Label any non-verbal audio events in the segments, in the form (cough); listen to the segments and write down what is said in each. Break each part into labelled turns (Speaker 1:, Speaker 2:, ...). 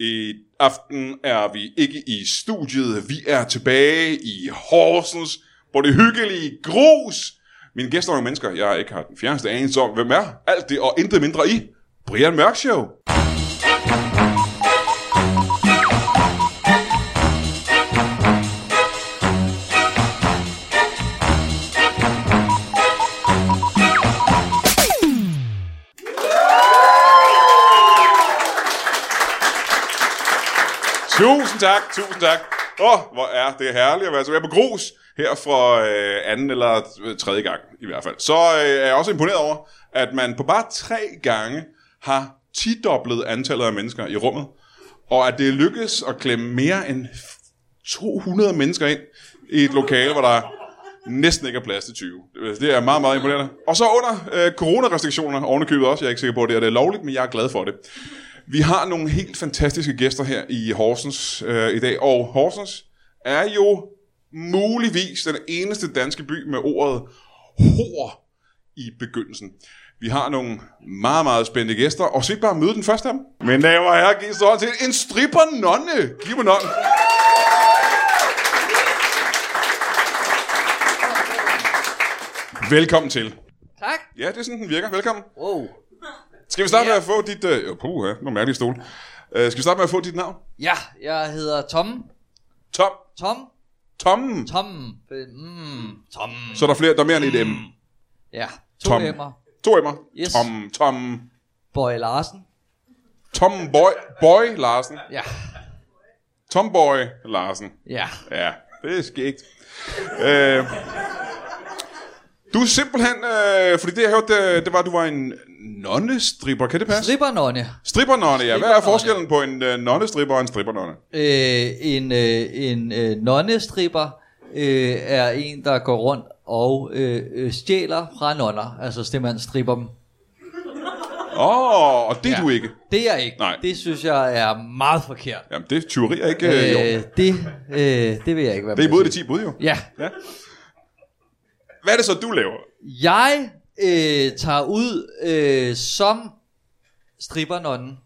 Speaker 1: I aften er vi ikke i studiet. Vi er tilbage i Horsens, på det hyggelige grus. Mine gæster er nogle mennesker, jeg ikke har den fjerneste anelse om, hvem er. Alt det og intet mindre i Brian Mørk Show. Tusind tak, tusind tak. Åh, oh, hvor er det herligt at være tilbage på grus her fra øh, anden eller tredje gang i hvert fald. Så øh, er jeg også imponeret over, at man på bare tre gange har tidoblet antallet af mennesker i rummet, og at det lykkes at klemme mere end 200 mennesker ind i et lokale, hvor der næsten ikke er plads til 20. Det er meget, meget imponerende. Og så under øh, coronarestriktioner, ovenikøbet også, jeg er ikke sikker på, at det er, det er lovligt, men jeg er glad for det. Vi har nogle helt fantastiske gæster her i Horsens øh, i dag, og Horsens er jo muligvis den eneste danske by med ordet hår i begyndelsen. Vi har nogle meget, meget spændende gæster, og så vi bare møde den første af dem. Men damer og herrer, giv så hånd til en stripper nonne. Giv mig nonne. Velkommen til.
Speaker 2: Tak.
Speaker 1: Ja, det er sådan, den virker. Velkommen.
Speaker 2: Wow.
Speaker 1: Skal vi starte med at få dit... Øh, puh, ja, nogle mærkelige stole. Øh, skal vi starte med at få dit navn?
Speaker 2: Ja, jeg hedder Tom.
Speaker 1: Tom.
Speaker 2: Tom.
Speaker 1: Tommen.
Speaker 2: Tom. Mm, Tom.
Speaker 1: Så er der flere, der er mere end et M.
Speaker 2: Ja, to
Speaker 1: Tom.
Speaker 2: Tom. emmer.
Speaker 1: To M'er.
Speaker 2: Yes.
Speaker 1: Tom, Tom,
Speaker 2: Boy Larsen.
Speaker 1: Tom Boy, Boy Larsen.
Speaker 2: Ja,
Speaker 1: Tomboy Larsen.
Speaker 2: ja.
Speaker 1: Ja, det er skægt. øh, du er simpelthen... Øh, fordi det, jeg hørte, det, det var, at du var en nonnestripper. Kan det passe?
Speaker 2: Ribbernonne.
Speaker 1: Strippernonne, ja. Hvad er
Speaker 2: Strippernonne.
Speaker 1: forskellen på en øh, nonnestripper og en strippernonne?
Speaker 2: Øh, en øh, en øh, nonnestripper øh, er en, der går rundt og øh, øh, stjæler fra nonner. Altså simpelthen stripper dem.
Speaker 1: Åh, oh, og det er ja.
Speaker 2: Ja.
Speaker 1: du ikke.
Speaker 2: Det er jeg ikke.
Speaker 1: Nej.
Speaker 2: Det synes jeg er meget forkert.
Speaker 1: Jamen, det er tyveri er ikke... Øh, jo.
Speaker 2: det, øh, det vil jeg ikke være
Speaker 1: Det er
Speaker 2: med
Speaker 1: imod de
Speaker 2: til.
Speaker 1: 10 bud, jo.
Speaker 2: Ja,
Speaker 1: Ja. Hvad er det så, du laver?
Speaker 2: Jeg øh, tager ud øh, som strippernonnen.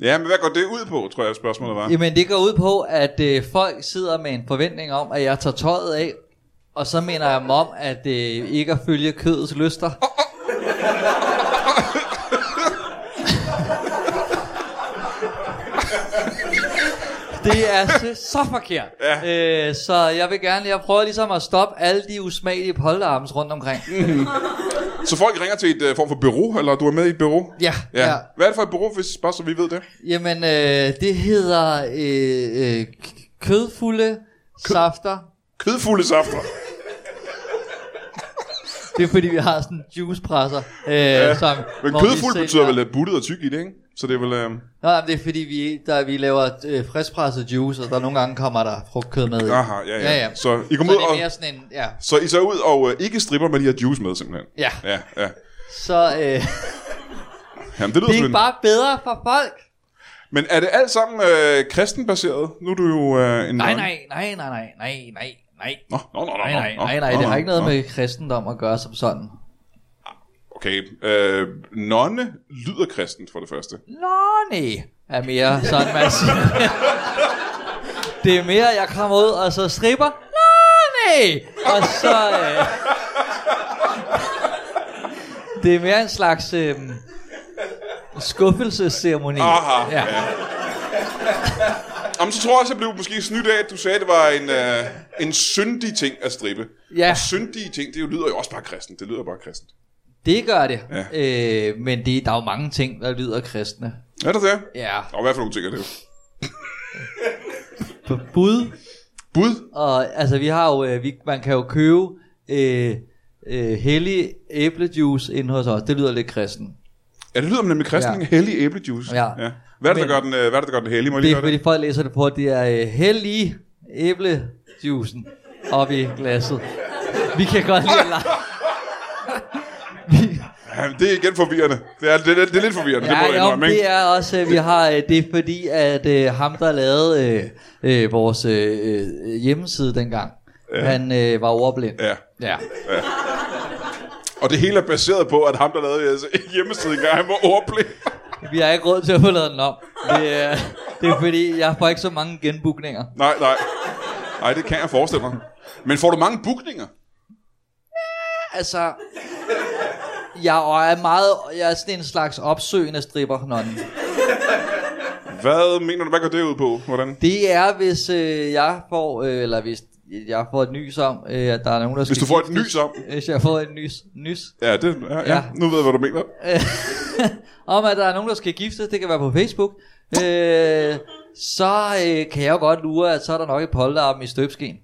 Speaker 1: Ja, men hvad går det ud på, tror jeg, spørgsmålet var.
Speaker 2: Jamen det går ud på, at øh, folk sidder med en forventning om, at jeg tager tøjet af, og så mener jeg dem om, at øh, ikke at følge kødets lyster. Det er så, så forkert. Ja. Øh, så jeg vil gerne, jeg prøver ligesom at stoppe alle de usmagelige polterarms rundt omkring.
Speaker 1: Så folk ringer til et uh, form for bureau, eller du er med i et bureau?
Speaker 2: Ja,
Speaker 1: ja.
Speaker 2: ja.
Speaker 1: Hvad er det for et bureau, hvis bare så vi ved det?
Speaker 2: Jamen, øh, det hedder øh, øh, k- kødfulde safter.
Speaker 1: Kødfulde safter.
Speaker 2: Det er fordi, vi har sådan en juicepresser. Øh, som,
Speaker 1: Men
Speaker 2: hvor vi
Speaker 1: kødfuld
Speaker 2: sælger-
Speaker 1: betyder vel øh, buttet og tyk i det, ikke? Så det er vel... Øh...
Speaker 2: Nå, jamen, det er fordi, vi, der, vi laver øh, friskpresset juice, og der nogle gange kommer der frugtkød med. i.
Speaker 1: Aha, ja, ja.
Speaker 2: Ja, ja.
Speaker 1: Så I
Speaker 2: Så
Speaker 1: kommer ud
Speaker 2: det er
Speaker 1: og...
Speaker 2: mere sådan en, ja.
Speaker 1: Så I så ud og øh, ikke stripper med de her juice med, simpelthen?
Speaker 2: Ja,
Speaker 1: Ja, ja.
Speaker 2: så øh,
Speaker 1: Jamen, det lyder
Speaker 2: det er
Speaker 1: selvfølgelig...
Speaker 2: bare bedre for folk.
Speaker 1: Men er det alt sammen øh, kristenbaseret? Nu er du jo øh, en...
Speaker 2: Nej,
Speaker 1: nonne.
Speaker 2: nej, nej, nej, nej, nej, nej, nej.
Speaker 1: Nå, nå, nå, nå,
Speaker 2: Nej,
Speaker 1: nå,
Speaker 2: nej,
Speaker 1: nå,
Speaker 2: nej, nej,
Speaker 1: nå,
Speaker 2: det
Speaker 1: nå,
Speaker 2: har ikke noget
Speaker 1: nå.
Speaker 2: med kristendom at gøre som sådan.
Speaker 1: Okay, øh, nonne lyder kristent for det første.
Speaker 2: Nå, nej, er mere sådan, man siger. det er mere, jeg kommer ud og så stripper. Nå, nej, og så... Øh, det er mere en slags øh, skuffelsesceremoni.
Speaker 1: Aha,
Speaker 2: ja.
Speaker 1: Jamen, så tror jeg også, jeg blev måske snydt af, at du sagde, at det var en, øh, en syndig ting at strippe.
Speaker 2: Ja.
Speaker 1: Og syndige ting, det jo lyder jo også bare kristent. Det lyder bare kristent.
Speaker 2: Det gør det.
Speaker 1: Ja.
Speaker 2: Øh, men det, der er jo mange ting, der lyder kristne.
Speaker 1: Er det det?
Speaker 2: Ja,
Speaker 1: Og hvad for nogle ting er det?
Speaker 2: bud
Speaker 1: Bud?
Speaker 2: Og altså vi har jo, øh, vi, man kan jo købe øh, øh, hellig æblejuice inde hos os. Det lyder lidt kristen.
Speaker 1: Ja, det lyder om nemlig kristning. Ja.
Speaker 2: Ja.
Speaker 1: Hellig æblejuice.
Speaker 2: Ja.
Speaker 1: Hvad er det, der
Speaker 2: Men-
Speaker 1: gør den, øh, hvad er det, der gør den hellig? Må jeg
Speaker 2: Det
Speaker 1: lige
Speaker 2: er
Speaker 1: gøre
Speaker 2: fordi
Speaker 1: det?
Speaker 2: folk læser det på, at det er øh, hellige æblejuicen op i glasset. Vi kan godt lide at
Speaker 1: (laughs)
Speaker 2: lege. Vi-
Speaker 1: Ja, det er igen forvirrende. Det er, det, det, det er lidt forvirrende, det må jeg
Speaker 2: jo,
Speaker 1: indrømme, ikke?
Speaker 2: det er også, øh, vi har øh, det, er fordi at øh, ham, der lavede øh, øh, vores øh, øh, hjemmeside dengang, ja. han øh, var ordblind.
Speaker 1: Ja.
Speaker 2: ja.
Speaker 1: Og det hele er baseret på, at ham, der lavede altså, hjemmesiden engang, han var ordblind.
Speaker 2: Vi har ikke råd til at få lavet den om. Det, er, det er fordi, jeg får ikke så mange genbookninger.
Speaker 1: Nej, nej. Nej, det kan jeg forestille mig. Men får du mange bookninger?
Speaker 2: Altså, jeg er meget, jeg er sådan en slags opsøgende stripper, nonnen.
Speaker 1: Hvad mener du, hvad går det ud på? Hvordan?
Speaker 2: Det er, hvis øh, jeg får, øh, eller hvis jeg får et nys om, øh, at der er nogen, der skal
Speaker 1: Hvis du får et
Speaker 2: giftes.
Speaker 1: nys om.
Speaker 2: Hvis jeg får et nys, nys (laughs)
Speaker 1: Ja, det, ja, ja.
Speaker 2: Ja.
Speaker 1: nu ved jeg, hvad du mener.
Speaker 2: om, at der er nogen, der skal giftes, det kan være på Facebook, øh, så øh, kan jeg jo godt lure, at så er der nok et polterappen i støbsken.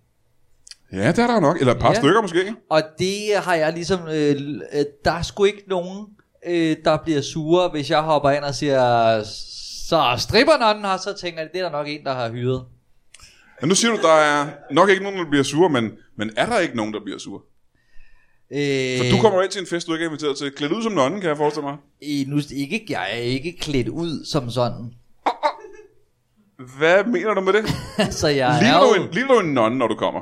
Speaker 1: Ja, det er der jo nok. Eller et par ja.
Speaker 2: Ja.
Speaker 1: stykker måske.
Speaker 2: Og det har jeg ligesom, øh, l- øh, der er sgu ikke nogen, øh, der bliver sure, hvis jeg hopper ind og siger, så strippernånden har, så tænker de, det er der nok en, der har hyret.
Speaker 1: Men nu siger du, der er nok ikke nogen, der bliver sure, men, men er der ikke nogen, der bliver sure?
Speaker 2: Øh,
Speaker 1: For du kommer ind til en fest, du ikke er inviteret til. Klædt ud som nonnen, kan jeg forestille mig.
Speaker 2: I, nu, ikke, jeg er ikke klædt ud som sådan. (laughs)
Speaker 1: Hvad mener du med det?
Speaker 2: så Altså, jeg
Speaker 1: Ligner
Speaker 2: er
Speaker 1: du,
Speaker 2: jo-
Speaker 1: en, ligner du en nonne, når du kommer?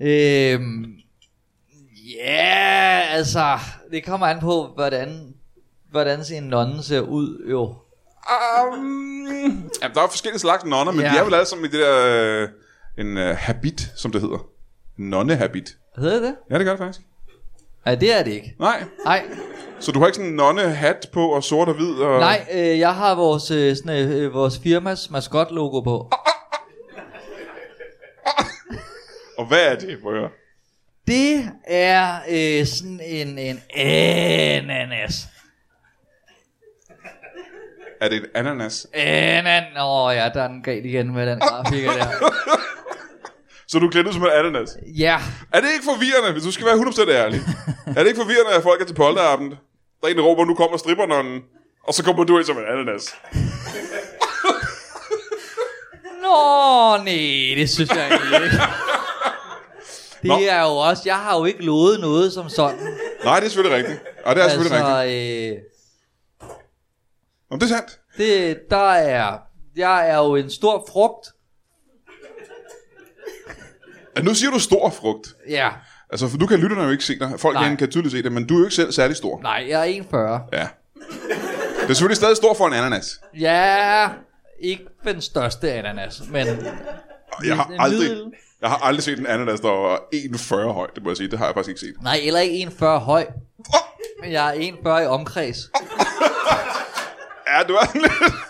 Speaker 2: Øhm, ja, yeah, altså, det kommer an på, hvordan, hvordan sin nonne ser ud, jo.
Speaker 1: Um, ja, der er forskellige slags nonner, men ja.
Speaker 2: Ja.
Speaker 1: de er vel alle sammen i det der... Øh, en øh, habit, som det hedder. Nonnehabit.
Speaker 2: Hedder det?
Speaker 1: Ja, det gør det faktisk.
Speaker 2: Nej, det er det ikke.
Speaker 1: Nej,
Speaker 2: Nej,
Speaker 1: så du har ikke sådan en nonnehat på og sort og hvid? Og...
Speaker 2: nej øh, jeg har vores, øh, sådan, øh, vores firmas maskotlogo på.
Speaker 1: Og hvad er det, prøv at høre?
Speaker 2: Det er øh, sådan en, en ananas.
Speaker 1: Er det en ananas?
Speaker 2: Anan. Åh oh, ja, der er den galt igen med den grafik der.
Speaker 1: Så du er klædt ud som en ananas?
Speaker 2: Ja,
Speaker 1: Er det ikke forvirrende, hvis du skal være 100% ærlig? er det ikke forvirrende, at folk er til polterappen? Der er en, der råber, nu kommer strippernånden. Og så kommer du ind som en ananas.
Speaker 2: Nå, nej, det synes jeg egentlig ikke. Det
Speaker 1: Nå.
Speaker 2: er jo også, jeg har jo ikke lovet noget som sådan.
Speaker 1: Nej, det er selvfølgelig rigtigt. Og det er altså... selvfølgelig rigtigt.
Speaker 2: altså, øh,
Speaker 1: Om det er sandt.
Speaker 2: det, der er, jeg er jo en stor frugt.
Speaker 1: Ja, nu siger du stor frugt.
Speaker 2: Ja,
Speaker 1: Altså, for nu kan lytterne jo ikke se dig. Folk
Speaker 2: Nej.
Speaker 1: herinde kan tydeligt se det, men du er jo ikke selv særlig stor.
Speaker 2: nej, jeg er 1,40.
Speaker 1: Ja. Det er selvfølgelig stadig stor for en ananas.
Speaker 2: Ja, ikke den største ananas, men
Speaker 1: Og Jeg har
Speaker 2: En
Speaker 1: aldrig,
Speaker 2: middel.
Speaker 1: jeg har aldrig set en ananas, der var 1,40 høj. Det må jeg sige, det har jeg faktisk ikke set.
Speaker 2: nej, eller ikke 1,40 høj. Men jeg er 1,40 i omkreds.
Speaker 1: Ja, du er sådan lidt... (laughs)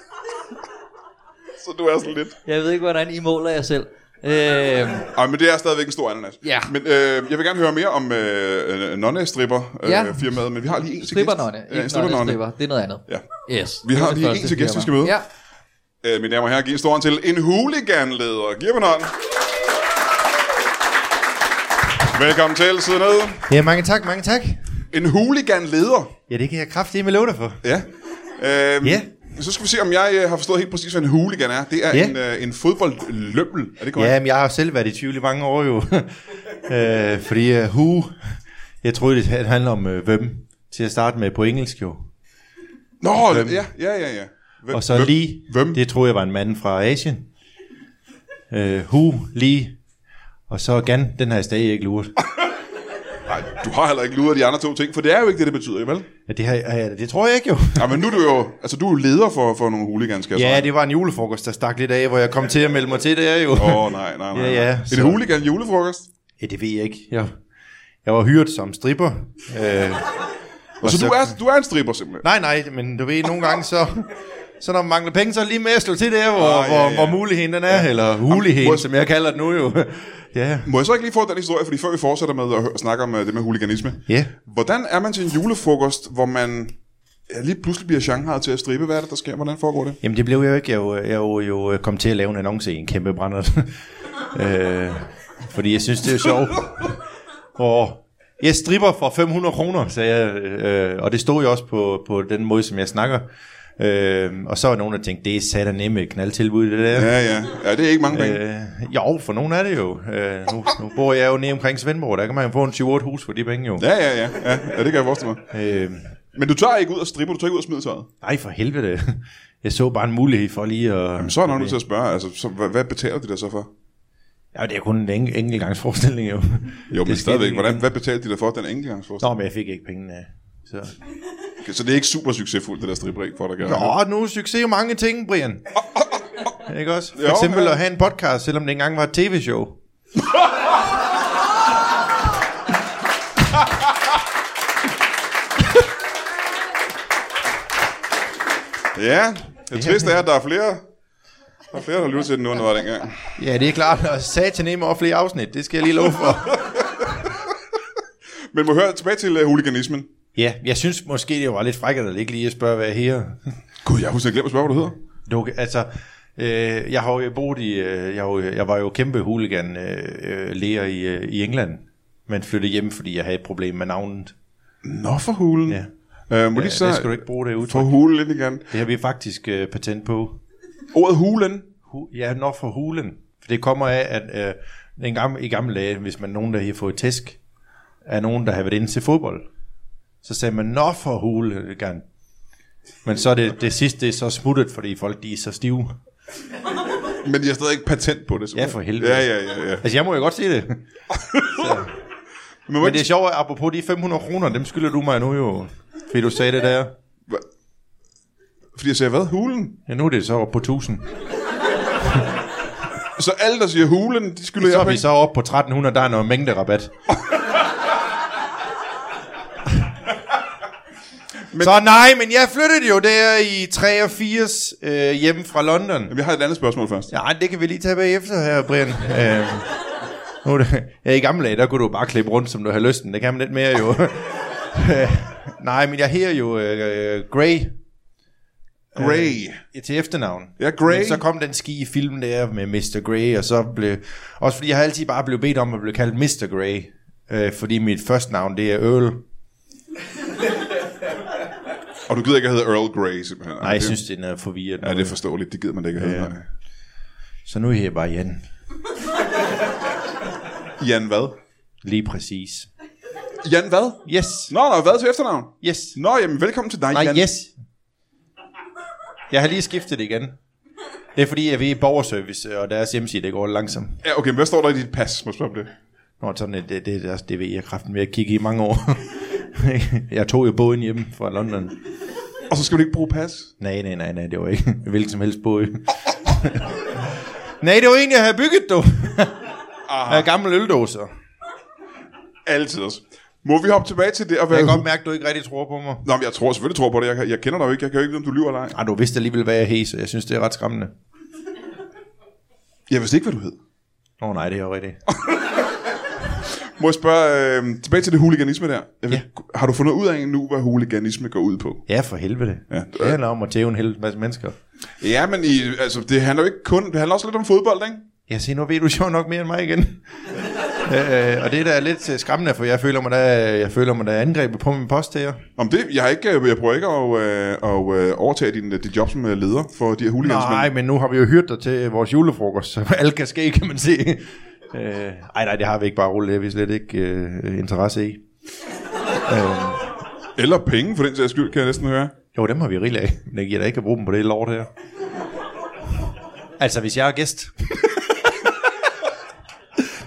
Speaker 1: Så du er sådan lidt...
Speaker 2: Jeg ved ikke, hvordan I måler jer selv. Øh,
Speaker 1: Ej, men det er stadigvæk en stor ananas.
Speaker 2: Ja.
Speaker 1: Men øh, jeg vil gerne høre mere om øh, øh, nonne-stripper øh,
Speaker 2: Ja.
Speaker 1: firmaet, men vi har lige en til
Speaker 2: strippernånde,
Speaker 1: gæst.
Speaker 2: ikke
Speaker 1: stripper
Speaker 2: nonne
Speaker 1: nonne.
Speaker 2: stripper, det er noget andet.
Speaker 1: Ja.
Speaker 2: Yes,
Speaker 1: Vi
Speaker 2: det
Speaker 1: har
Speaker 2: er det
Speaker 1: lige en
Speaker 2: første
Speaker 1: til gæst, vi
Speaker 2: firma.
Speaker 1: skal møde.
Speaker 2: Ja.
Speaker 1: Øh, mine damer og herrer, giv en stor hånd til en hooliganleder. Giv ham en hånd. Velkommen til, sidde ned.
Speaker 3: Ja, mange tak, mange tak.
Speaker 1: En hooliganleder.
Speaker 3: Ja, det kan jeg kraftigt med love dig for.
Speaker 1: Ja. Øhm,
Speaker 3: Ja.
Speaker 1: Så skal vi se, om jeg øh, har forstået helt præcis, hvad en hooligan er. Det er
Speaker 3: Ja.
Speaker 1: en, øh, en fodboldlømmel. Er det korrekt?
Speaker 3: Ja, men jeg har selv været i tvivl i mange år jo. (laughs) øh, fordi uh, who, jeg troede, det handler om uh, hvem, til at starte med på engelsk jo.
Speaker 1: Nå, ja, ja, ja. ja. Hvem,
Speaker 3: Og så hvem, lige,
Speaker 1: Hvem?
Speaker 3: det troede jeg var en mand fra Asien. Uh, who, lige, og så gan, den har jeg stadig ikke luret.
Speaker 1: Nej, du har heller ikke luret de andre to ting, for det er jo ikke det, det betyder, vel?
Speaker 3: Ja, det, har, ja, det tror jeg ikke jo.
Speaker 1: Ja, men nu er du jo, altså, du er jo leder for, for nogle hooligans, skal jeg
Speaker 3: Ja,
Speaker 1: sige.
Speaker 3: det var en julefrokost, der stak lidt af, hvor jeg kom til at melde mig til der jo.
Speaker 1: Åh, oh, nej, nej, nej.
Speaker 3: Ja, ja,
Speaker 1: En
Speaker 3: så-
Speaker 1: hooligan julefrokost?
Speaker 3: Ja, det ved jeg ikke. Jeg, jeg var hyret som stripper. Øh,
Speaker 1: Og så,
Speaker 3: så-
Speaker 1: du, er, du er en stripper, simpelthen?
Speaker 3: Nej, nej, men du ved, nogle gange så... Så når man mangler penge, så er det lige med at slå til der, hvor,
Speaker 1: Ah,
Speaker 3: ah,
Speaker 1: ja,
Speaker 3: ja, hvor,
Speaker 1: ja.
Speaker 3: hvor muligheden den er, ja. eller
Speaker 1: Jamen,
Speaker 3: huligheden,
Speaker 1: må-
Speaker 3: som jeg kalder det nu jo. (laughs) ja.
Speaker 1: Må jeg så ikke lige få den historie, fordi før vi fortsætter med at hø- snakke om øh, det med hooliganisme.
Speaker 3: Ja.
Speaker 1: Hvordan er man til en julefrokost, hvor man ja, lige pludselig bliver Shanghai til at stribe? Hvad er det, der sker? Hvordan foregår det?
Speaker 3: Jamen det blev jeg jo ikke. Jeg, jo- jeg jo, jo kom til at lave en annonce i en kæmpe (laughs) brænder. øh, fordi jeg synes, det er sjovt. Og Jeg stripper for 500 kroner, sagde jeg, øh, og det stod jo også på, på den måde, som jeg snakker. Øh, og så var nogen, der tænkte, det er satan nemme knaldtilbud, det der.
Speaker 1: Ja, ja. Ja, det er ikke mange penge.
Speaker 3: Øh, jo, for nogen er det jo. Øh, nu, nu bor jeg jo nede omkring Svendborg, der kan man jo få en 28 hus for de penge jo.
Speaker 1: Ja, ja, ja, ja. Ja, det kan jeg forestille mig.
Speaker 3: Øh,
Speaker 1: Men du tager ikke ud og stripper, du tager ikke ud og smider tøjet.
Speaker 3: nej, for helvede. Jeg så bare en mulighed for lige at...
Speaker 1: Jamen, så er jeg nok nødt til at spørge, altså, så, hvad, hvad betaler de dig så for?
Speaker 3: Ja, det er kun en enkel, enkelt gangs forestilling jo.
Speaker 1: Jo, men
Speaker 3: skete
Speaker 1: stadigvæk,
Speaker 3: ikke.
Speaker 1: hvordan, hvad betalte de dig for den enkeltgangsforestilling?
Speaker 3: Nå, men jeg fik ikke pengene af. Så.
Speaker 1: Okay, Så det er ikke super succesfuldt, det der stripperik for dig, kan jeg høre.
Speaker 3: Nå, nu er succes jo mange ting, Brian. Ikke også? For
Speaker 1: Jo,
Speaker 3: eksempel
Speaker 1: ja.
Speaker 3: at have en podcast, selvom det ikke engang var et tv-show.
Speaker 1: Ja, det triste er, at der er flere, der er flere, der lytter til den nu, end der var dengang.
Speaker 3: Ja, det er klart. Og satan nemme og flere afsnit, det skal jeg lige love for. (laughs)
Speaker 1: Men må jeg høre tilbage til uh, huliganismen.
Speaker 3: ja, jeg synes måske, det var lidt frækkert at ikke lige at spørge, hvad jeg her.
Speaker 1: Gud, jeg har fuldstændig glemt at spørge, hvad du hedder.
Speaker 3: Du, kan- altså, øh, jeg har jo boet i, øh, jeg, har jo, jeg var jo kæmpe hooligan øh, øh, lærer i, øh, i England, men flyttede hjem, fordi jeg havde et problem med navnet.
Speaker 1: Nå, for hulen.
Speaker 3: Ja.
Speaker 1: Uh, må
Speaker 3: Ja,
Speaker 1: lige så
Speaker 3: det skal du ikke bruge det udtryk.
Speaker 1: for hulen lidt igen.
Speaker 3: Det har vi faktisk øh, patent på.
Speaker 1: Ordet hulen.
Speaker 3: Hu- Ja, når for hulen. For det kommer af, at øh, en gamle, i gamle dage, hvis man nogen, der har fået tæsk, af nogen, der har været inde til fodbold, så sagde man, når for hulen. Men så er det, det sidste, det er så smuttet, fordi folk de er så stive.
Speaker 1: Men jeg har stadig ikke patent på det. simpelthen.
Speaker 3: Ja, for helvede.
Speaker 1: Ja, ja, ja. ja.
Speaker 3: Altså, jeg må jo godt sige det.
Speaker 1: Men, må
Speaker 3: Men det
Speaker 1: ikke...
Speaker 3: er sjovt, at apropos de 500 kroner, dem skylder du mig nu jo. Fordi du sagde det der.
Speaker 1: Hva- Fordi jeg sagde, hvad? Hulen?
Speaker 3: Ja, nu er det så oppe på 1000.
Speaker 1: Så alle, der siger hulen, de skylder
Speaker 3: Så
Speaker 1: jeg
Speaker 3: er vi
Speaker 1: penge.
Speaker 3: så oppe på 1300, der er noget mængderabat. (laughs) men... Så nej, men jeg flyttede jo der i 83 øh, hjemme fra London.
Speaker 1: Jamen, jeg har et andet spørgsmål først.
Speaker 3: Ja, det kan vi lige tage bagefter her, Brian. øh, nu er det, ja, I gamle dage, der kunne du bare klippe rundt, som du havde lysten. Det kan man lidt mere jo. (laughs) Øh, nej, men jeg hedder jo øh, Grey
Speaker 1: Grey.
Speaker 3: Ja, til efternavn.
Speaker 1: Ja, Grey.
Speaker 3: Men så kom den ski i filmen der med Mr. Grey, og så blev... Også fordi jeg har altid bare blevet bedt om at blive kaldt Mr. Grey, øh, fordi mit første navn, det er Earl.
Speaker 1: Og du gider ikke at hedde Earl Grey, simpelthen.
Speaker 3: Nej, jeg synes, det er noget forvirrende.
Speaker 1: Ja, det er forståeligt. Det gider man da ikke at hedde. nej.
Speaker 3: Så nu er jeg bare Jan.
Speaker 1: Jan hvad?
Speaker 3: Lige præcis.
Speaker 1: Jan hvad?
Speaker 3: Yes.
Speaker 1: Nå, nå, hvad til efternavn?
Speaker 3: Yes.
Speaker 1: Nå, jamen, velkommen til dig,
Speaker 3: Nej,
Speaker 1: Jan.
Speaker 3: yes. Jeg har lige skiftet det igen. Det er fordi, jeg er i borgerservice, og deres hjemmeside, det går langsomt.
Speaker 1: Ja, okay, men hvad står der i dit pas? Må jeg spørge om det?
Speaker 3: Nå, sådan, det, det, det, det, det ved jeg kraften ved at kigge i mange år. (laughs) jeg tog jo båden hjemme fra London.
Speaker 1: Og så skal du ikke bruge pas?
Speaker 3: Nej, nej, nej, nej, det var ikke (laughs) hvilken som helst båd. nej, det var en, jeg havde bygget, (laughs) du. Af gamle øldåser.
Speaker 1: Altid også. Må vi hoppe tilbage til det og
Speaker 3: Jeg
Speaker 1: være...
Speaker 3: kan godt mærke, du ikke rigtig tror på mig.
Speaker 1: Nå, men jeg tror selvfølgelig tror på det. Jeg, kan- jeg kender dig jo ikke. Jeg kan jo ikke vide, om du lyver eller ej.
Speaker 3: Ej, du vidste alligevel, hvad jeg hed, så jeg synes, det er ret skræmmende.
Speaker 1: Jeg vidste ikke, hvad du hed.
Speaker 3: Nå nej, det er jo rigtigt.
Speaker 1: Må jeg spørge øh, tilbage til det huliganisme der? Jeg ved,
Speaker 3: Ja.
Speaker 1: ja. Har du fundet ud af nu, hvad huliganisme går ud på?
Speaker 3: Ja, for helvede.
Speaker 1: Ja.
Speaker 3: Det handler om at tæve en hel masse mennesker.
Speaker 1: Ja, men i, altså, det handler jo ikke kun... Det handler også lidt om fodbold, ikke?
Speaker 3: Jeg siger, nu ved du sjovt nok mere end mig igen. (laughs) øh, og det der er lidt øh, skræmmende, for jeg føler mig der, jeg føler mig der angrebet på min post her.
Speaker 1: Om det, jeg, har ikke, jeg prøver ikke at, øh, at øh, overtage din, øh, dit job som øh, leder for de her huligansmænd.
Speaker 3: Nej, men nu har vi jo hørt dig til øh, vores julefrokost, så (laughs) alt kan ske, kan man sige. Øh, ej, nej, det har vi ikke bare roligt, det har vi slet ikke øh, interesse i.
Speaker 1: Eller penge, for den sags skyld, kan jeg næsten høre.
Speaker 3: Jo, dem har vi rigeligt af, men jeg giver da ikke at bruge dem på det lort her. Altså, hvis jeg er gæst. (laughs)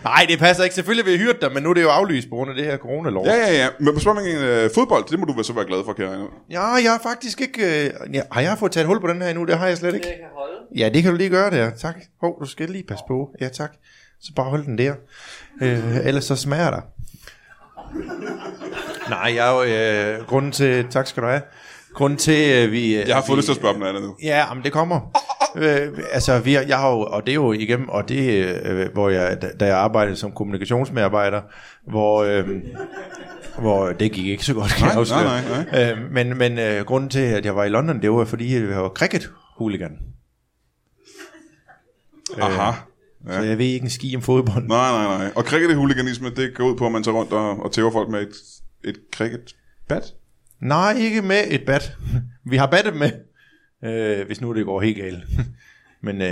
Speaker 3: Nej, det passer ikke. Selvfølgelig vil jeg hyre dig, men nu er det jo aflyst på grund af det her coronalort.
Speaker 1: Ja, ja, ja. Men på spørgsmålet øh, fodbold, det må du vel så være glad for, kan jeg regne ud.
Speaker 3: Ja, jeg har faktisk ikke... Øh, ja, har jeg fået taget hul på den her endnu? Det har jeg slet ikke.
Speaker 2: Jeg kan holde.
Speaker 3: Ja, det kan du lige gøre der. Tak. Hov, du skal lige passe på. Ja, tak. Så bare hold den der. Øh, ellers så smager der. Nej, jeg er jo... Øh, grunden til... Tak skal du have. Grunden til, øh, vi... Øh,
Speaker 1: Jeg har fået
Speaker 3: vi,
Speaker 1: lyst til at spørge om noget andet nu.
Speaker 3: Ja, men det kommer. Øh, altså, vi har, jeg har jo, og det er jo igennem, og det, øh, hvor jeg, da- da jeg arbejdede som kommunikationsmedarbejder, hvor, øh, hvor det gik ikke så godt, kan
Speaker 1: Nej,
Speaker 3: jeg afsløre.
Speaker 1: nej, nej,
Speaker 3: Øh, men men øh, grunden til, at jeg var i London, det var, fordi jeg var cricket-hooligan.
Speaker 1: Aha.
Speaker 3: Ja. Så jeg ved ikke en ski om fodbold.
Speaker 1: Nej, nej, nej. Og cricket-huliganisme, det går ud på, at man tager rundt og, og tæver folk med et, et cricket-bat.
Speaker 3: Nej, ikke med et bat. Vi har battet med, øh, hvis nu det går helt galt. (laughs) Men øh,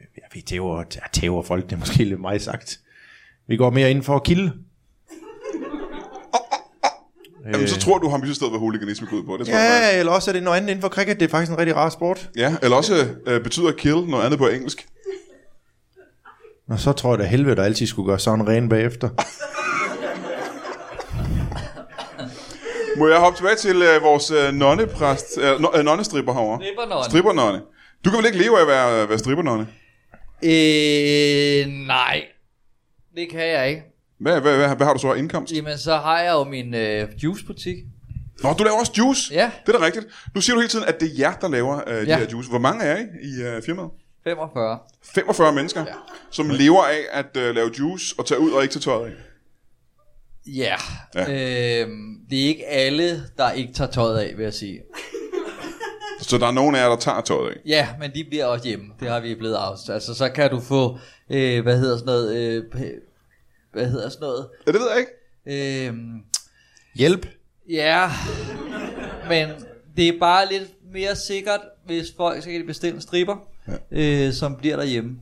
Speaker 3: ja, vi tæver, ja, tæver folk, det er måske lidt meget sagt. Vi går mere ind for at kilde. Øh.
Speaker 1: Jamen, så tror du, har misforstået, hvad huliganisme går ud på. Det tror jeg
Speaker 3: Ja, eller også er det noget andet inden for cricket. Det er faktisk en rigtig rar sport.
Speaker 1: faktisk. Ja, eller også øh, betyder kill noget andet på engelsk.
Speaker 3: Og så tror jeg da helvede, der altid skulle gøre sådan ren bagefter.
Speaker 1: Må jeg hoppe tilbage til øh, vores øh, nonnepræst, øh, no, øh, nonnestripper herovre?
Speaker 2: Strippernånd.
Speaker 1: Strippernonne. Du kan vel ikke leve af at være, at være strippernonne?
Speaker 2: Øh, nej. Det kan jeg ikke.
Speaker 1: Hvad, hvad, hvad, hvad har du så af indkomst?
Speaker 2: Jamen, så har jeg jo min øh, juicebutik.
Speaker 1: Nå, du laver også juice.
Speaker 2: Ja.
Speaker 1: Det er da rigtigt. Nu siger du hele tiden, at det er jer, der laver øh, de
Speaker 2: Ja.
Speaker 1: her juice. Hvor mange er I i øh, firmaet?
Speaker 2: 45.
Speaker 1: 45 mennesker, ja.
Speaker 2: Ja.
Speaker 1: som lever af at øh, lave juice og tage ud og ikke tage tøjet af.
Speaker 2: Ja.
Speaker 1: Ja.
Speaker 2: ja. Øhm, det er ikke alle, der ikke tager tøjet af, vil jeg sige.
Speaker 1: Så der er nogen af jer, der tager tøjet af.
Speaker 2: Ja, men de bliver også hjemme. Det har vi blevet afs. Altså, så kan du få, øh, hvad hedder sådan noget, øh, p- hvad hedder sådan noget,
Speaker 1: Ja, det ved jeg ikke.
Speaker 2: øh,
Speaker 3: Hjælp.
Speaker 2: ja, men det er bare lidt mere sikkert, hvis folk så kan de bestille en stripper, ja. øh, som bliver derhjemme.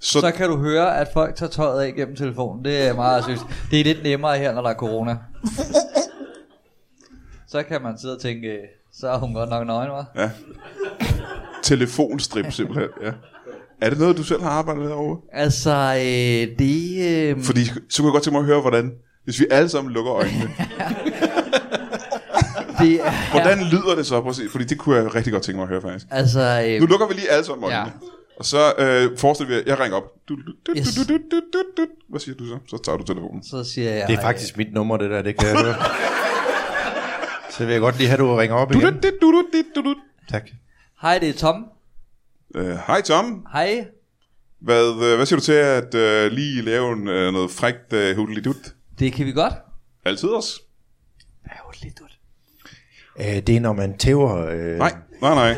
Speaker 1: Så,
Speaker 2: Så kan du høre, at folk tager tøjet af gennem telefonen. Det er meget synes. Det er lidt nemmere her, når der er corona. Så kan man sidde og tænke, øh, så er hun godt nok nøgen, hva'?
Speaker 1: ja. Telefonstrip simpelthen, ja. Er det noget, du selv har arbejdet med herovre?
Speaker 2: Altså, øh, det... Øh,
Speaker 1: Fordi så kunne jeg godt tænke mig at høre, hvordan, hvis vi alle sammen lukker øjnene,
Speaker 2: (laughs) det
Speaker 3: (laughs)
Speaker 2: er,
Speaker 1: hvordan lyder det så? Prøv at se, fordi det kunne jeg rigtig godt tænke mig at høre faktisk.
Speaker 2: Altså, øh,
Speaker 1: Nu lukker vi lige alle sammen
Speaker 2: Ja.
Speaker 1: øjnene. Og så øh, forestiller vi, at jeg ringer op. Du, du, du,
Speaker 2: Yes.
Speaker 1: du, du, du, du, du. Hvad siger du så? Så tager du telefonen.
Speaker 2: så siger jeg...
Speaker 3: Det er faktisk mit nummer, det der, det kan jeg (laughs) høre. Så vil jeg godt lige have, du ringer op
Speaker 1: Du, du,
Speaker 3: igen.
Speaker 1: du, du, du, du, du, du.
Speaker 3: Tak.
Speaker 2: Øh, Hej, det er Tom.
Speaker 1: Øh, Hej Tom,
Speaker 2: Hej.
Speaker 1: Hvad, øh, hvad siger du til at øh, lige lave en, øh, noget frækt øh, hudelidut?
Speaker 2: Det kan vi godt.
Speaker 1: Altid også?
Speaker 3: Øh, det er, når man tæver... Øh,
Speaker 1: Nej, nej, nej.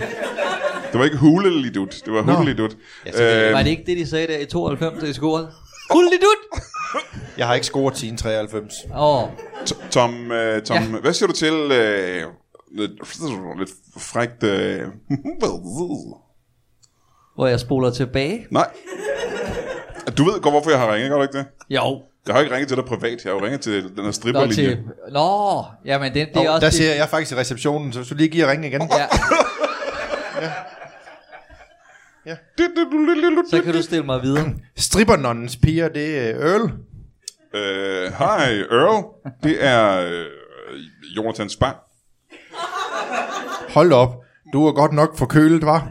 Speaker 1: Det var ikke hudelidut, det var hudelidut.
Speaker 3: Øhm.
Speaker 2: Øh, var
Speaker 1: Øh,
Speaker 2: det ikke det, de sagde der i 92, da I scorede? Hullidut!
Speaker 3: Jeg har ikke scoret siden 93.
Speaker 2: Åh, oh,
Speaker 1: T- Tom, øh, Tom ja. hvad siger du til øh, lidt, lidt frækt... Øh, (laughs)
Speaker 2: hvor jeg spoler tilbage.
Speaker 1: nej. Du ved godt, hvorfor jeg har ringet, gør du ikke det?
Speaker 2: Jo.
Speaker 1: Jeg har ikke ringet til dig privat, jeg har jo ringet til den her
Speaker 2: Nå,
Speaker 1: stripperlinje.
Speaker 2: til, nå jamen det, det er
Speaker 3: Og
Speaker 2: også...
Speaker 3: der
Speaker 2: det-
Speaker 3: ser jeg faktisk i receptionen, så hvis du lige giver ringe igen.
Speaker 2: ja, så kan du stille mig videre.
Speaker 3: Strippernonnens piger, det er Earl.
Speaker 1: Øh, Hej, Earl. Det er øh, Jonathan Spang.
Speaker 3: Hold op. Du er godt nok forkølet, var.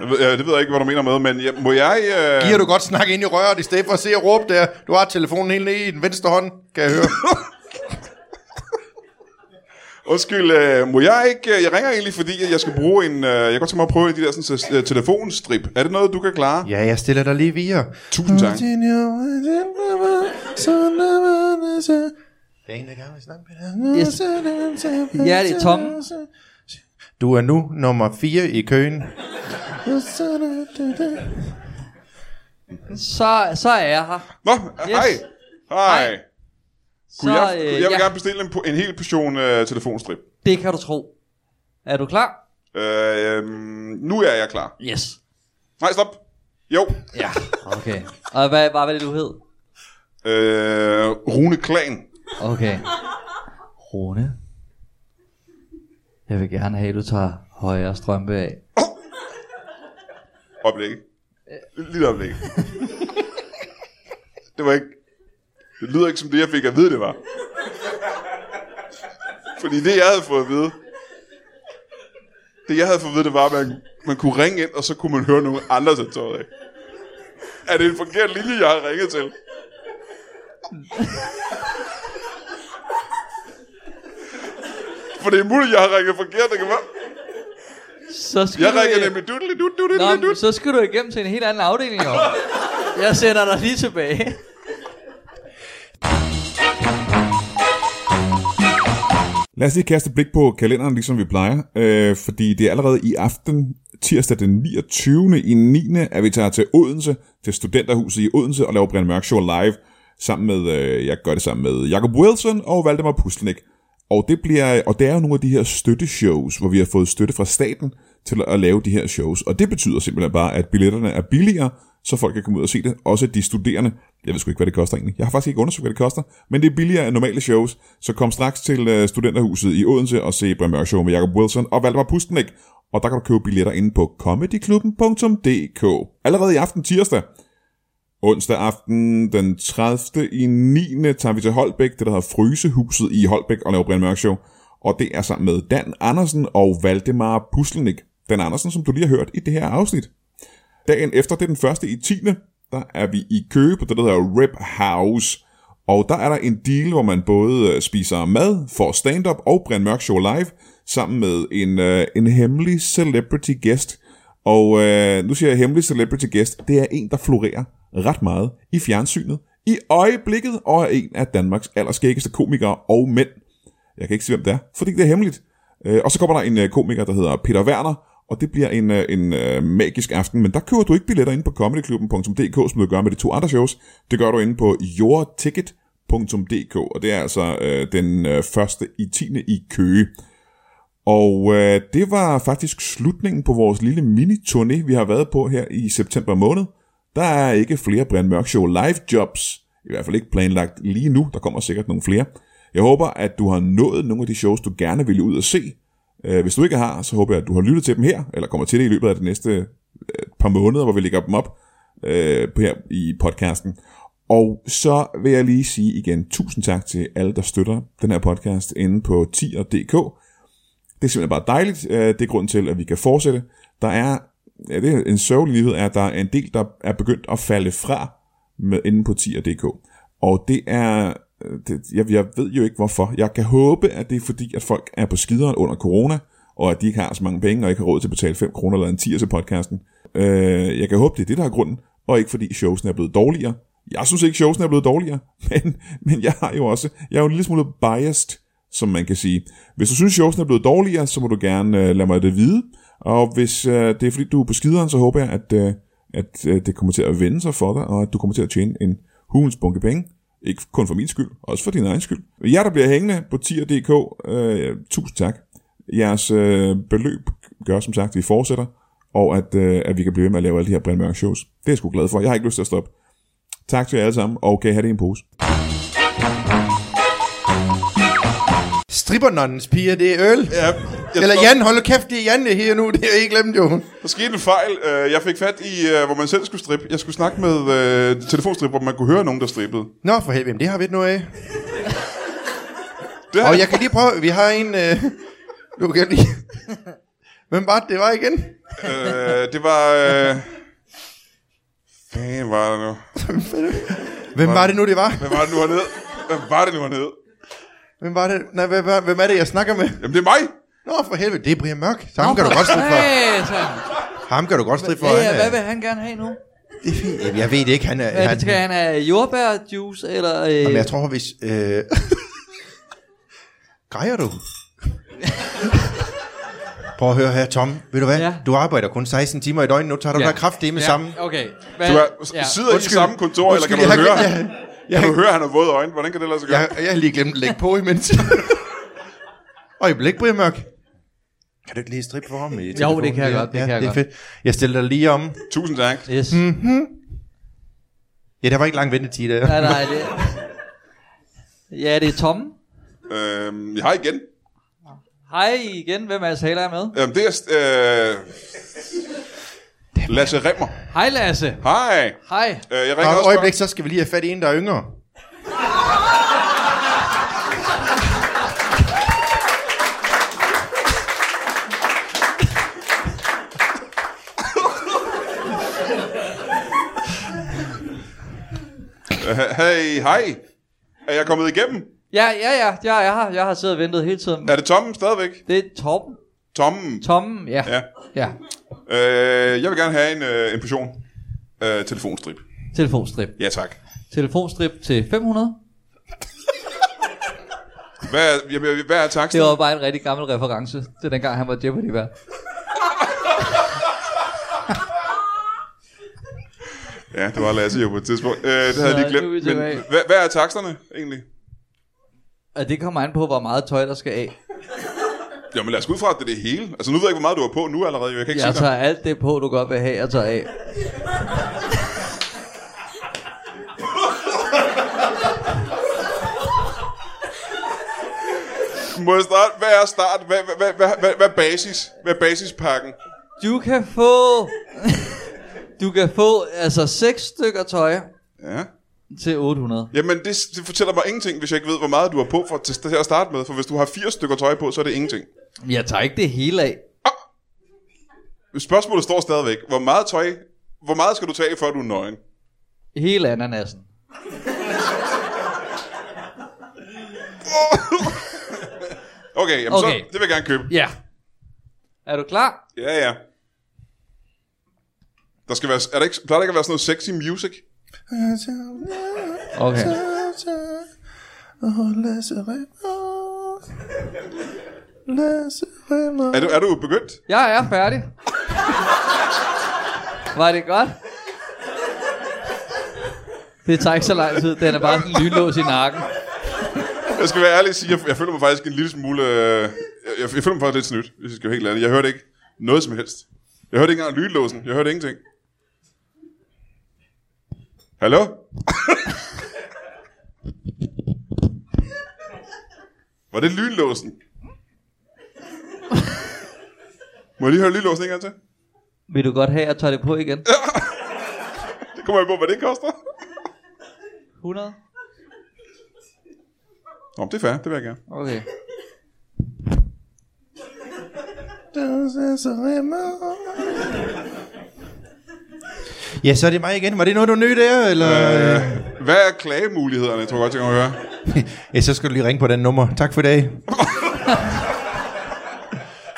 Speaker 1: Jeg ved, jeg, det ved jeg ikke, hvad du mener med, men jeg, må jeg... Øh,
Speaker 3: Giver du godt snakke ind i røret, i stedet for at se og råbe der. Du har telefonen helt nede i den venstre hånd, kan jeg høre.
Speaker 1: Undskyld, øh, må jeg ikke... øh, Jeg ringer egentlig, fordi at jeg skal bruge en... Øh, jeg kan godt tænke mig at prøve en af de der sådan, så, øh, telefonstrip. Er det noget, du kan klare? Ja.
Speaker 3: (laughs) ja, jeg stiller dig lige via.
Speaker 1: Tusind tak.
Speaker 3: altså.
Speaker 2: Yes. Ja, det er Tom.
Speaker 3: Du er nu nummer 4 i køen.
Speaker 2: Så, så er jeg her.
Speaker 1: Nå, yes. hej. Hej.
Speaker 2: Så,
Speaker 1: Kunne
Speaker 2: øh,
Speaker 1: jeg, kunne, jeg vil
Speaker 2: ja,
Speaker 1: gerne bestille en, po- en hel portion øh, telefonstrip.
Speaker 2: det kan du tro. Er du klar?
Speaker 1: Øh, øh, nu er jeg klar.
Speaker 2: Yes.
Speaker 1: Nej, stop. Jo.
Speaker 2: Ja, okay. Og hvad var det, du hed?
Speaker 1: Øh, Rune Klan.
Speaker 2: Okay. Rune. Jeg vil gerne have, at du tager højre strømpe af.
Speaker 1: Oplæg. Lille oplæg. det var ikke... Det lyder ikke som det, jeg fik at vide, det var. Fordi det, jeg havde fået at vide... Det, jeg havde fået at vide, det var, at man, man kunne ringe ind, og så kunne man høre nogle andre tage tøjet af. Er det en forkert linje, jeg har ringet til? For det er muligt, jeg har ringet forkert. Det kan være.
Speaker 2: Så skal
Speaker 1: Jeg
Speaker 2: du,
Speaker 3: øh,
Speaker 1: ringer nemlig dudelig, dudelig, dudelig,
Speaker 2: Nå,
Speaker 1: dudelig,
Speaker 2: men så skal du igennem til en helt anden afdeling jo. Jeg sender dig lige tilbage.
Speaker 4: Lad os lige kaste et blik på kalenderen, ligesom vi plejer, øh, fordi det er allerede i aften, tirsdag den 29. i 9. at vi tager til Odense, til Studenterhuset i Odense, og laver Brian Mørk Show live, sammen med, øh, jeg gør det sammen med Jacob Wilson og Valdemar Puslenik. Og det, bliver, og det er jo nogle af de her støtteshows, hvor vi har fået støtte fra staten til at lave de her shows. Og det betyder simpelthen bare, at billetterne er billigere, så folk kan komme ud og se det. Også de studerende. Jeg ved sgu ikke, hvad det koster egentlig. Jeg har faktisk ikke undersøgt, hvad det koster. Men det er billigere end normale shows. Så kom straks til øh, Studenterhuset i Odense og se Brian Mørk Show med Jacob Wilson og Valdemar Pustenik. Og der kan du købe billetter inde på comedyklubben.dk. Allerede i aften tirsdag, Onsdag aften den 30. i 9. tager vi til Holbæk, det der hedder Frysehuset i Holbæk, og laver Brian Mørk Show. Og det er sammen med Dan Andersen og Valdemar Puslenik. Dan Andersen, som du lige har hørt i det her afsnit. Dagen efter, det er den første i 10. Der er vi i Køge på det, der hedder Rip House. Og der er der en deal, hvor man både øh, spiser mad, får stand-up og Brian Mørk Show live, sammen med en, øh, en hemmelig celebrity guest. Og øh, nu siger jeg hemmelig celebrity guest. Det er en, der florerer ret meget i fjernsynet i øjeblikket, og er en af Danmarks allerskæggeste komikere og mænd. Jeg kan ikke sige, hvem det er, fordi det er hemmeligt. Øh, Og så kommer der en øh, komiker, der hedder Peter Werner, og det bliver en, øh, en øh, magisk aften. Men der køber du ikke billetter ind på comedyklubben.dk, som du gør med de to andre shows. Det gør du inde på yourticket.dk, og det er altså øh, den øh, første i 10. i Køge. Og øh, det var faktisk slutningen på vores lille mini-turné, vi har været på her i september måned. Der er ikke flere Brian Mørk Show live jobs, i hvert fald ikke planlagt lige nu, der kommer sikkert nogle flere. Jeg håber, at du har nået nogle af de shows, du gerne ville ud og se. Øh, Hvis du ikke har, så håber jeg, at du har lyttet til dem her, eller kommer til det i løbet af de næste øh, par måneder, hvor vi lægger dem op øh, her i podcasten. Og så vil jeg lige sige igen, tusind tak til alle, der støtter den her podcast inde på tier.dk. Det er simpelthen bare dejligt. Øh, Det er grunden til, at vi kan fortsætte. Der er, ja, det er en sørgelig nyhed, er, at der er en del, der er begyndt at falde fra med, inde på tier.dk. Og det er, øh, det, jeg, jeg ved jo ikke hvorfor. Jeg kan håbe, at det er fordi, at folk er på skideren under corona, og at de ikke har så mange penge, og ikke har råd til at betale 5 kroner eller en 10 til podcasten. Øh, jeg kan håbe, det er det, der er grunden, og ikke fordi showsen er blevet dårligere. Jeg synes ikke, showsen er blevet dårligere, (laughs) men, men jeg har jo også, jeg er jo en lille smule biased, som man kan sige. Hvis du synes, showsen er blevet dårligere, så må du gerne øh, lade mig det vide. Og hvis øh, det er fordi, du er på skideren, så håber jeg, at, øh, at øh, det kommer til at vende sig for dig, og at du kommer til at tjene en hulens bunke penge. Ikke kun for min skyld, også for din egen skyld. Jer, der bliver hængende på tier.dk, øh, tusind tak. Jeres øh, beløb gør som sagt, at vi fortsætter, og at, øh, at vi kan blive ved med at lave alle de her Brian Mørk shows. Det er jeg sgu glad for. Jeg har ikke lyst til at stoppe. Tak til jer alle sammen, og kan I have det i en pose.
Speaker 3: Stribbernåndens piger, det er øl. Ja.
Speaker 1: Ja, jeg
Speaker 3: Eller
Speaker 1: tror-
Speaker 3: Jan, hold nu kæft, det er Jan det her nu. Det har jeg ikke glemt jo.
Speaker 1: Der skete en fejl. Øh, Jeg fik fat i, øh, hvor man selv skulle strippe. Jeg skulle snakke med øh, telefonstrip, hvor man kunne høre nogen, der strippede.
Speaker 3: Nå, for helvede, men det har vi ikke noget af.
Speaker 1: Det har
Speaker 3: Og jeg kan lige prøve, vi har en... Øh, du kan lige... Hvem var det, det var igen?
Speaker 1: øh, det var... Øh, fanden var det nu?
Speaker 3: Hvem var det nu, det var?
Speaker 1: Hvad var det nu hernede? Hvad var det nu hernede?
Speaker 3: Hvem var det? Nej, hvem, hvem- hvem er det, jeg snakker med?
Speaker 1: Jamen, det er mig!
Speaker 3: Nå, for helvede, det er Brian Mørk. Så ham kan du godt stribe for.
Speaker 2: Hey, så.
Speaker 3: Ham kan du godt stribe for.
Speaker 2: Ja,
Speaker 3: Han
Speaker 2: ja,
Speaker 3: er-
Speaker 2: hvad vil han gerne have nu?
Speaker 3: Det er fint. Jamen, Jeg ved det ikke, han er...
Speaker 2: Hvad,
Speaker 3: han,
Speaker 2: skal han have jordbærjuice, eller... Øh,
Speaker 3: Jamen, jeg tror, hvis... Øh... (laughs) Grejer du? Prøv at høre her, Tom. Ved du hvad? Ja.
Speaker 2: Ja.
Speaker 3: Du arbejder kun 16 timer i døgnet. Nu tager du ja. dig kraftigt med ja. sammen.
Speaker 2: Okay. Hvad,
Speaker 1: Du er, sidder I
Speaker 3: Undskyld.
Speaker 1: i samme kontor, eller kan du
Speaker 3: Undskyld, jeg-
Speaker 1: høre?
Speaker 3: jeg-
Speaker 1: Kan du høre, han har våde øjne? Hvordan kan det lade sig gøre?
Speaker 3: Jeg, jeg har lige glemt at lægge på imens. (laughs) Øjeblik, Brian Mørk. Kan du ikke lige strippe for ham? I telefonen
Speaker 2: det kan jeg
Speaker 3: der?
Speaker 2: godt, det
Speaker 3: ja,
Speaker 2: kan jeg
Speaker 3: det er
Speaker 2: godt.
Speaker 3: fedt. Jeg stiller dig lige om.
Speaker 1: Tusind tak.
Speaker 2: Yes.
Speaker 3: Ja, der var ikke lang ventetid der.
Speaker 2: Nej, nej, det... Ja, det er Tom.
Speaker 1: Øhm, jeg har igen.
Speaker 2: Hej igen, hvem er jeg taler jeg med?
Speaker 1: Jamen, det er... Øh, Lasse Remmer.
Speaker 2: Hej Lasse.
Speaker 1: Hej.
Speaker 2: Hej.
Speaker 1: Øh, jeg
Speaker 3: Og
Speaker 1: ringer
Speaker 3: et
Speaker 1: også
Speaker 3: øjeblik, så skal vi lige have fat i en, der er yngre.
Speaker 1: Øh, Hey, hej. Er jeg kommet igennem?
Speaker 2: Ja, ja, ja, ja, jeg har, jeg har siddet og ventet hele tiden.
Speaker 1: Er det Tommen stadigvæk?
Speaker 2: Det er Torben.
Speaker 1: Tommen.
Speaker 2: Tommen, ja.
Speaker 1: Ja.
Speaker 2: ja.
Speaker 1: Øh, jeg vil gerne have en, øh, en portion øh, telefonstrip.
Speaker 2: Telefonstrip.
Speaker 1: Ja, tak.
Speaker 2: Telefonstrip til 500.
Speaker 1: Hvad er, jeg, jeg, hvad er
Speaker 2: Det
Speaker 1: taksten?
Speaker 2: var bare en rigtig gammel reference til dengang han var Jeopardy værd.
Speaker 1: Ja, det var Lasse jo på et tidspunkt. Øh, det havde jeg lige
Speaker 2: Så nu er vi
Speaker 1: glemt. Men
Speaker 2: tilbage.
Speaker 1: hvad, hvad er taksterne egentlig?
Speaker 2: Og det kommer an på, hvor meget tøj, der skal af.
Speaker 1: Jo, men lad os gå ud fra, at det er det hele. Altså, nu ved jeg ikke, hvor meget du har på nu allerede. jo. Jeg kan ikke
Speaker 2: Jeg
Speaker 1: sige dig.
Speaker 2: tager alt det på, du godt vil have, jeg tager af.
Speaker 1: Må jeg starte? Hvad er start? Hvad, hvad, hvad, hvad, hvad, hvad er basis? Hvad er basispakken?
Speaker 2: Du kan få... du kan få altså seks stykker tøj
Speaker 1: Ja.
Speaker 2: til 800.
Speaker 1: Jamen, det, det fortæller mig ingenting, hvis jeg ikke ved, hvor meget du har på for, til, til at starte med. For hvis du har fire stykker tøj på, så er det ingenting.
Speaker 2: Jeg tager ikke det hele af.
Speaker 1: Spørgsmålet står stadigvæk. Hvor meget tøj... Hvor meget skal du tage, før du er nøgen?
Speaker 2: Hele ananasen.
Speaker 1: Okay, jamen okay.
Speaker 2: Okay.
Speaker 1: så... Det vil jeg gerne købe.
Speaker 2: Ja. Er du klar?
Speaker 1: Ja, ja. Der skal være... Er der ikke, plejer der ikke at være sådan noget sexy music?
Speaker 2: Okay.
Speaker 1: Er du, er du begyndt?
Speaker 2: Jeg er færdig. Var det godt? Det tager ikke så lang tid. Den er bare en lynlås i nakken.
Speaker 1: Jeg skal være ærlig og sige, jeg, jeg føler mig faktisk en lille smule... Øh, jeg, jeg føler mig faktisk lidt snydt, hvis jeg skal være helt ærlig. Jeg hørte ikke noget som helst. Jeg hørte ikke engang lydlåsen. Jeg hørte ingenting. Hallo? (laughs) Var det lynlåsen? Må jeg lige høre lynlåsen en gang til?
Speaker 2: Vil du godt have, at jeg tager det på igen?
Speaker 1: Det kommer jeg på, hvad det koster.
Speaker 2: 100?
Speaker 1: Nå, det er fair. Det vil jeg gerne.
Speaker 2: Okay.
Speaker 3: Ja, så er det mig igen. Var det noget, du nød der, eller? Øh.
Speaker 1: Hvad er klagemulighederne, tror jeg godt, jeg kan høre?
Speaker 3: Ja, så skal du lige ringe på den nummer. Tak for i dag.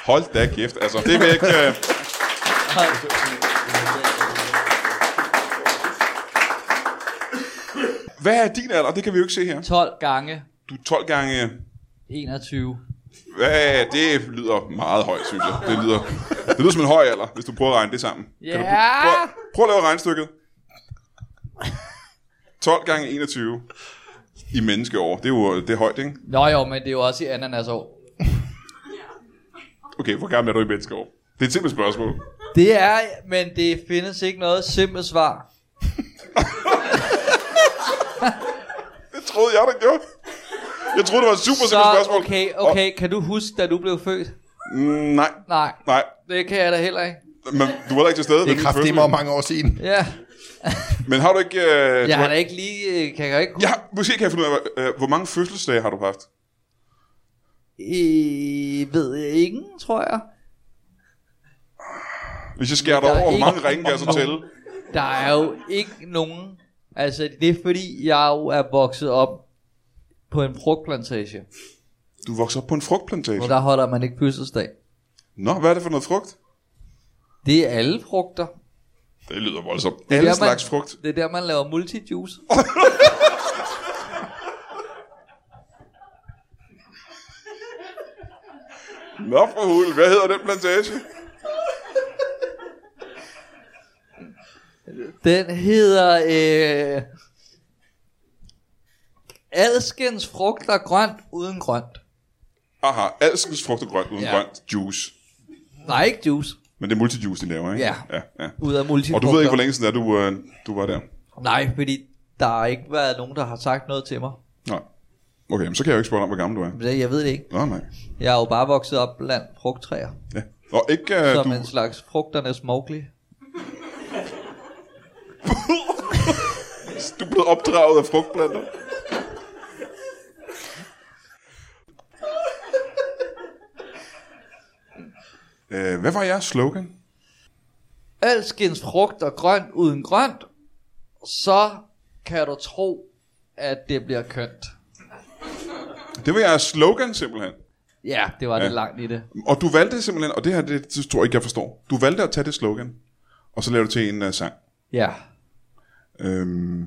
Speaker 1: Hold da kæft, altså. Det vil jeg ikke... Øh, Hvad er din alder? Det kan vi jo ikke se her.
Speaker 2: 12 gange
Speaker 1: Du er 12 gange...
Speaker 2: 21.
Speaker 1: Hvad? Det lyder meget højt, synes jeg. Det lyder, det lyder som en høj alder, hvis du prøver at regne det sammen. Kan du pr-
Speaker 2: Ja.
Speaker 1: prøv, prøv at lave regnstykket. 12 gange 21 i menneskeår. Det er jo det er højt, ikke?
Speaker 2: Nå jo, men det er jo også i ananasår.
Speaker 1: Okay, hvor gammel er du i menneskeår? Det er et simpelt spørgsmål.
Speaker 2: Det er, men det findes ikke noget simpelt svar.
Speaker 1: Det troede jeg, der gjorde. Jeg troede, det var et super
Speaker 2: Så
Speaker 1: simpelt spørgsmål.
Speaker 2: okay, okay, kan du huske, da du blev født?
Speaker 1: Og, mm, nej,
Speaker 2: Nej,
Speaker 1: nej.
Speaker 2: det kan jeg da heller ikke.
Speaker 1: Men du var da ikke til stede. ved
Speaker 3: Det
Speaker 1: min
Speaker 3: er kraftigt
Speaker 1: fødsel.
Speaker 3: mig mange år siden.
Speaker 2: Ja,
Speaker 1: Men har du ikke... Øh, du
Speaker 2: jeg
Speaker 1: har-
Speaker 2: har da ikke lige, øh, kan jeg ikke huske.
Speaker 1: Ja, måske kan jeg finde ud af, øh, hvor mange fødselsdage har du haft?
Speaker 2: I ved jeg ingen, tror jeg.
Speaker 1: Hvis jeg skærer dig
Speaker 2: Der er
Speaker 1: over, hvor
Speaker 2: ikke-
Speaker 1: mange ringe kan jeg så tælle?
Speaker 2: Der er jo ikke nogen, altså det er fordi, jeg jo er vokset op på en frugtplantage,
Speaker 1: Du voksede op på en frugtplantage.
Speaker 2: hvor der holder man ikke fødselsdag.
Speaker 1: Nå, hvad er det for noget frugt?
Speaker 2: Det er alle frugter.
Speaker 1: Det lyder voldsomt.
Speaker 2: Det er
Speaker 1: Alle
Speaker 2: der, man-
Speaker 1: slags frugt.
Speaker 2: Det er der, man laver multijuice.
Speaker 1: Nå for hul, hvad hedder den plantage?
Speaker 2: Den hedder... Øh, Alskens frugt og grønt uden grønt.
Speaker 1: Aha, alskens frugt og grønt uden
Speaker 2: Ja.
Speaker 1: ja. grønt juice.
Speaker 2: Nej, ikke juice.
Speaker 1: Men det er multijuice, de laver, ikke?
Speaker 2: Ja.
Speaker 1: ja, ja.
Speaker 2: Ud af multifrugter.
Speaker 1: Og du ved ikke, hvor længe siden det er, du, øh, du var der?
Speaker 2: Nej, fordi der har ikke været nogen, der har sagt noget til mig.
Speaker 1: Nej. Okay, men så kan jeg jo ikke spørge dig om, hvor gammel du er.
Speaker 2: Det- Jeg ved det ikke.
Speaker 1: Nå, nej.
Speaker 2: Jeg er jo bare vokset op blandt frugttræer.
Speaker 1: Ja. Og ikke øh,
Speaker 2: som
Speaker 1: du...
Speaker 2: en slags frugternes Mowgli.
Speaker 1: Du er blevet opdraget af frugtplanter. Øh, hvad var jeres slogan?
Speaker 2: Alskens frugt og grønt uden grønt. Så kan du tro, at det bliver kønt.
Speaker 1: Det var jeres slogan simpelthen.
Speaker 2: Ja, det var ja.
Speaker 1: Ja.
Speaker 2: det langt i det.
Speaker 1: Og du valgte simpelthen, og det her, det, det tror jeg ikke, jeg forstår. Du valgte at tage det slogan, og så lavede du til en uh, sang.
Speaker 2: Ja.
Speaker 1: Øhm...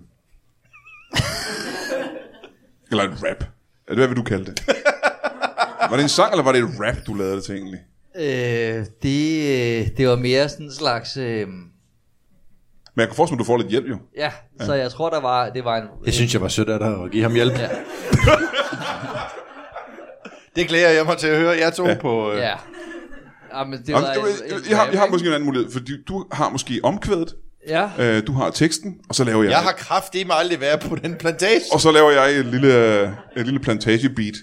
Speaker 1: eller en rap. Er det, hvad vil du kalde det? Var det en sang, eller var det et rap, du lavede det til egentlig?
Speaker 2: Øh, det, øh, det var mere sådan en slags øh,
Speaker 1: Men jeg kan forestille mig, du får lidt hjælp jo.
Speaker 2: Ja, så jeg tror, der var, det var en...
Speaker 3: Det synes jeg var sødt af dig at give ham hjælp.
Speaker 2: Ja.
Speaker 3: det glæder jeg mig til at høre jer to ja. på... Øh,
Speaker 2: Ja. Jamen, det
Speaker 1: Jamen,
Speaker 2: var...
Speaker 1: jeg,
Speaker 2: en-
Speaker 1: jeg,
Speaker 2: en-
Speaker 1: jeg, har, jeg har måske en anden mulighed, fordi du har måske omkvædet,
Speaker 2: Ja.
Speaker 1: øh, du har teksten, og så laver jeg,
Speaker 3: Jeg har kraftedeme aldrig været på den plantage.
Speaker 1: og så laver jeg et lille, et lille plantagebeat.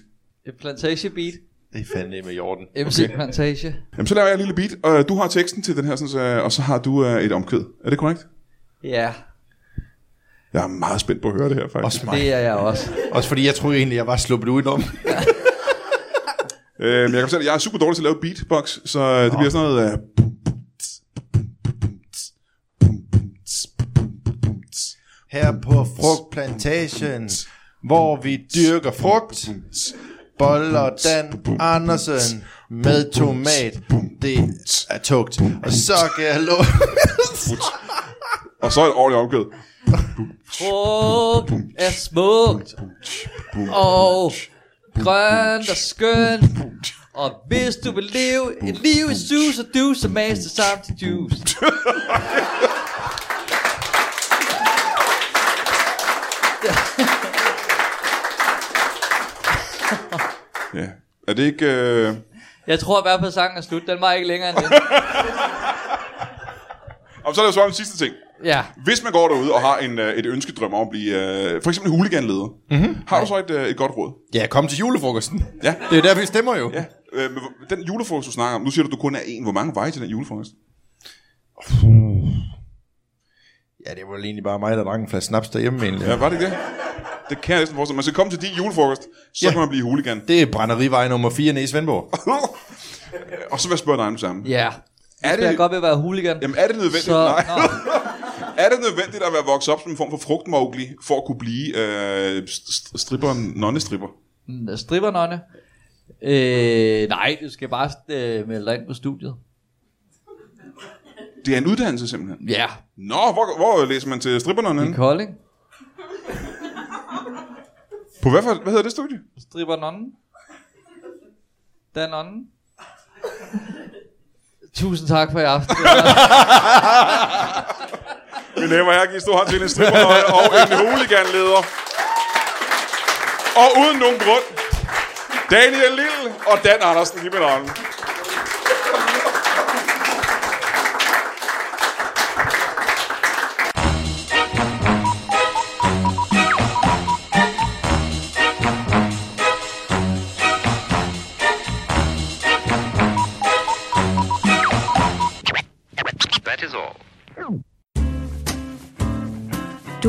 Speaker 2: Et plantage beat.
Speaker 3: Det er fandme med jorden.
Speaker 2: MC Plantage.
Speaker 1: Jamen, så laver jeg et lille beat, og du har teksten til den her, sådan, så, og så har du øh, et omkvæd. Er det korrekt?
Speaker 2: Ja,
Speaker 1: Jeg er meget spændt på at høre det her, faktisk.
Speaker 3: Også mig.
Speaker 2: det er jeg også.
Speaker 3: Også fordi jeg troede egentlig, jeg var sluppet ud om.
Speaker 1: Øh, men jeg kan fortælle, at jeg er super dårlig til at lave beatbox, så øh, det bliver sådan noget... Øh,
Speaker 3: (laughs) Her på frugtplantagen, hvor vi dyrker frugt. Boller Dan Andersen med tomat. Det er tugt. Og så kan jeg love...
Speaker 1: og så et ordentligt omkvæd.
Speaker 2: Frugt er smukt og grønt og skønt. Og hvis du vil leve et liv i sus og du, så mas det sammen til juice.
Speaker 1: Ja. Er det ikke... Øh,
Speaker 2: Jeg tror i hvert fald sangen er slut. Den var ikke længere end den.
Speaker 1: og så er der jo svaret den sidste ting.
Speaker 2: Ja.
Speaker 1: Hvis man går derude og har en, øh, et ønskedrøm om at blive øh, for eksempel huliganleder, mm-hmm. har du så et, øh, et godt råd?
Speaker 3: Ja, kom til julefrokosten.
Speaker 1: Ja.
Speaker 3: Det er jo der, vi stemmer jo.
Speaker 1: Ja. Øh, men hvor- den julefrokost, du snakker om, nu siger du, du kun er en. Hvor mange veje til den julefrokost?
Speaker 3: Ja, det var egentlig bare mig, der drak en flaske snaps derhjemme egentlig.
Speaker 1: Ja, var det ikke det? Det kan jeg næsten forestille mig. Man skal komme til din julefrokost, så ja.
Speaker 3: Ja.
Speaker 1: kan man blive huligan.
Speaker 3: Det er brænderivej nummer 4 nede i Svendborg.
Speaker 1: og så vil jeg spørge dig om det samme.
Speaker 2: Ja.
Speaker 1: Er
Speaker 2: Er det...
Speaker 1: det-
Speaker 2: Jeg godt ved at være hooligan.
Speaker 1: Jamen er det nødvendigt?
Speaker 2: Så-
Speaker 1: Nej.
Speaker 2: Nå.
Speaker 1: er det nødvendigt at være vokset op som en form for frugtmogli, for at kunne blive øh, st- st- stripper, nonnestripper?
Speaker 2: Mm, Strippernonne. Øh, nej, du skal bare øh, melde dig ind på studiet.
Speaker 1: Det er en uddannelse simpelthen.
Speaker 2: Ja.
Speaker 1: Nå, hvor, hvor læser man til strippernonne?
Speaker 2: I
Speaker 1: henne?
Speaker 2: Kolding.
Speaker 1: På hvad, for, hvad hedder det studie?
Speaker 2: Strippernonnen. Den anden. Tusind tak for i aften.
Speaker 1: Mine damer og herrer, giv en stor hånd til en strippernonne og en huliganleder. Og uden nogen grund, Daniel Lille og Dan Andersen. Giv mig en hånd.
Speaker 5: That is all.
Speaker 6: Du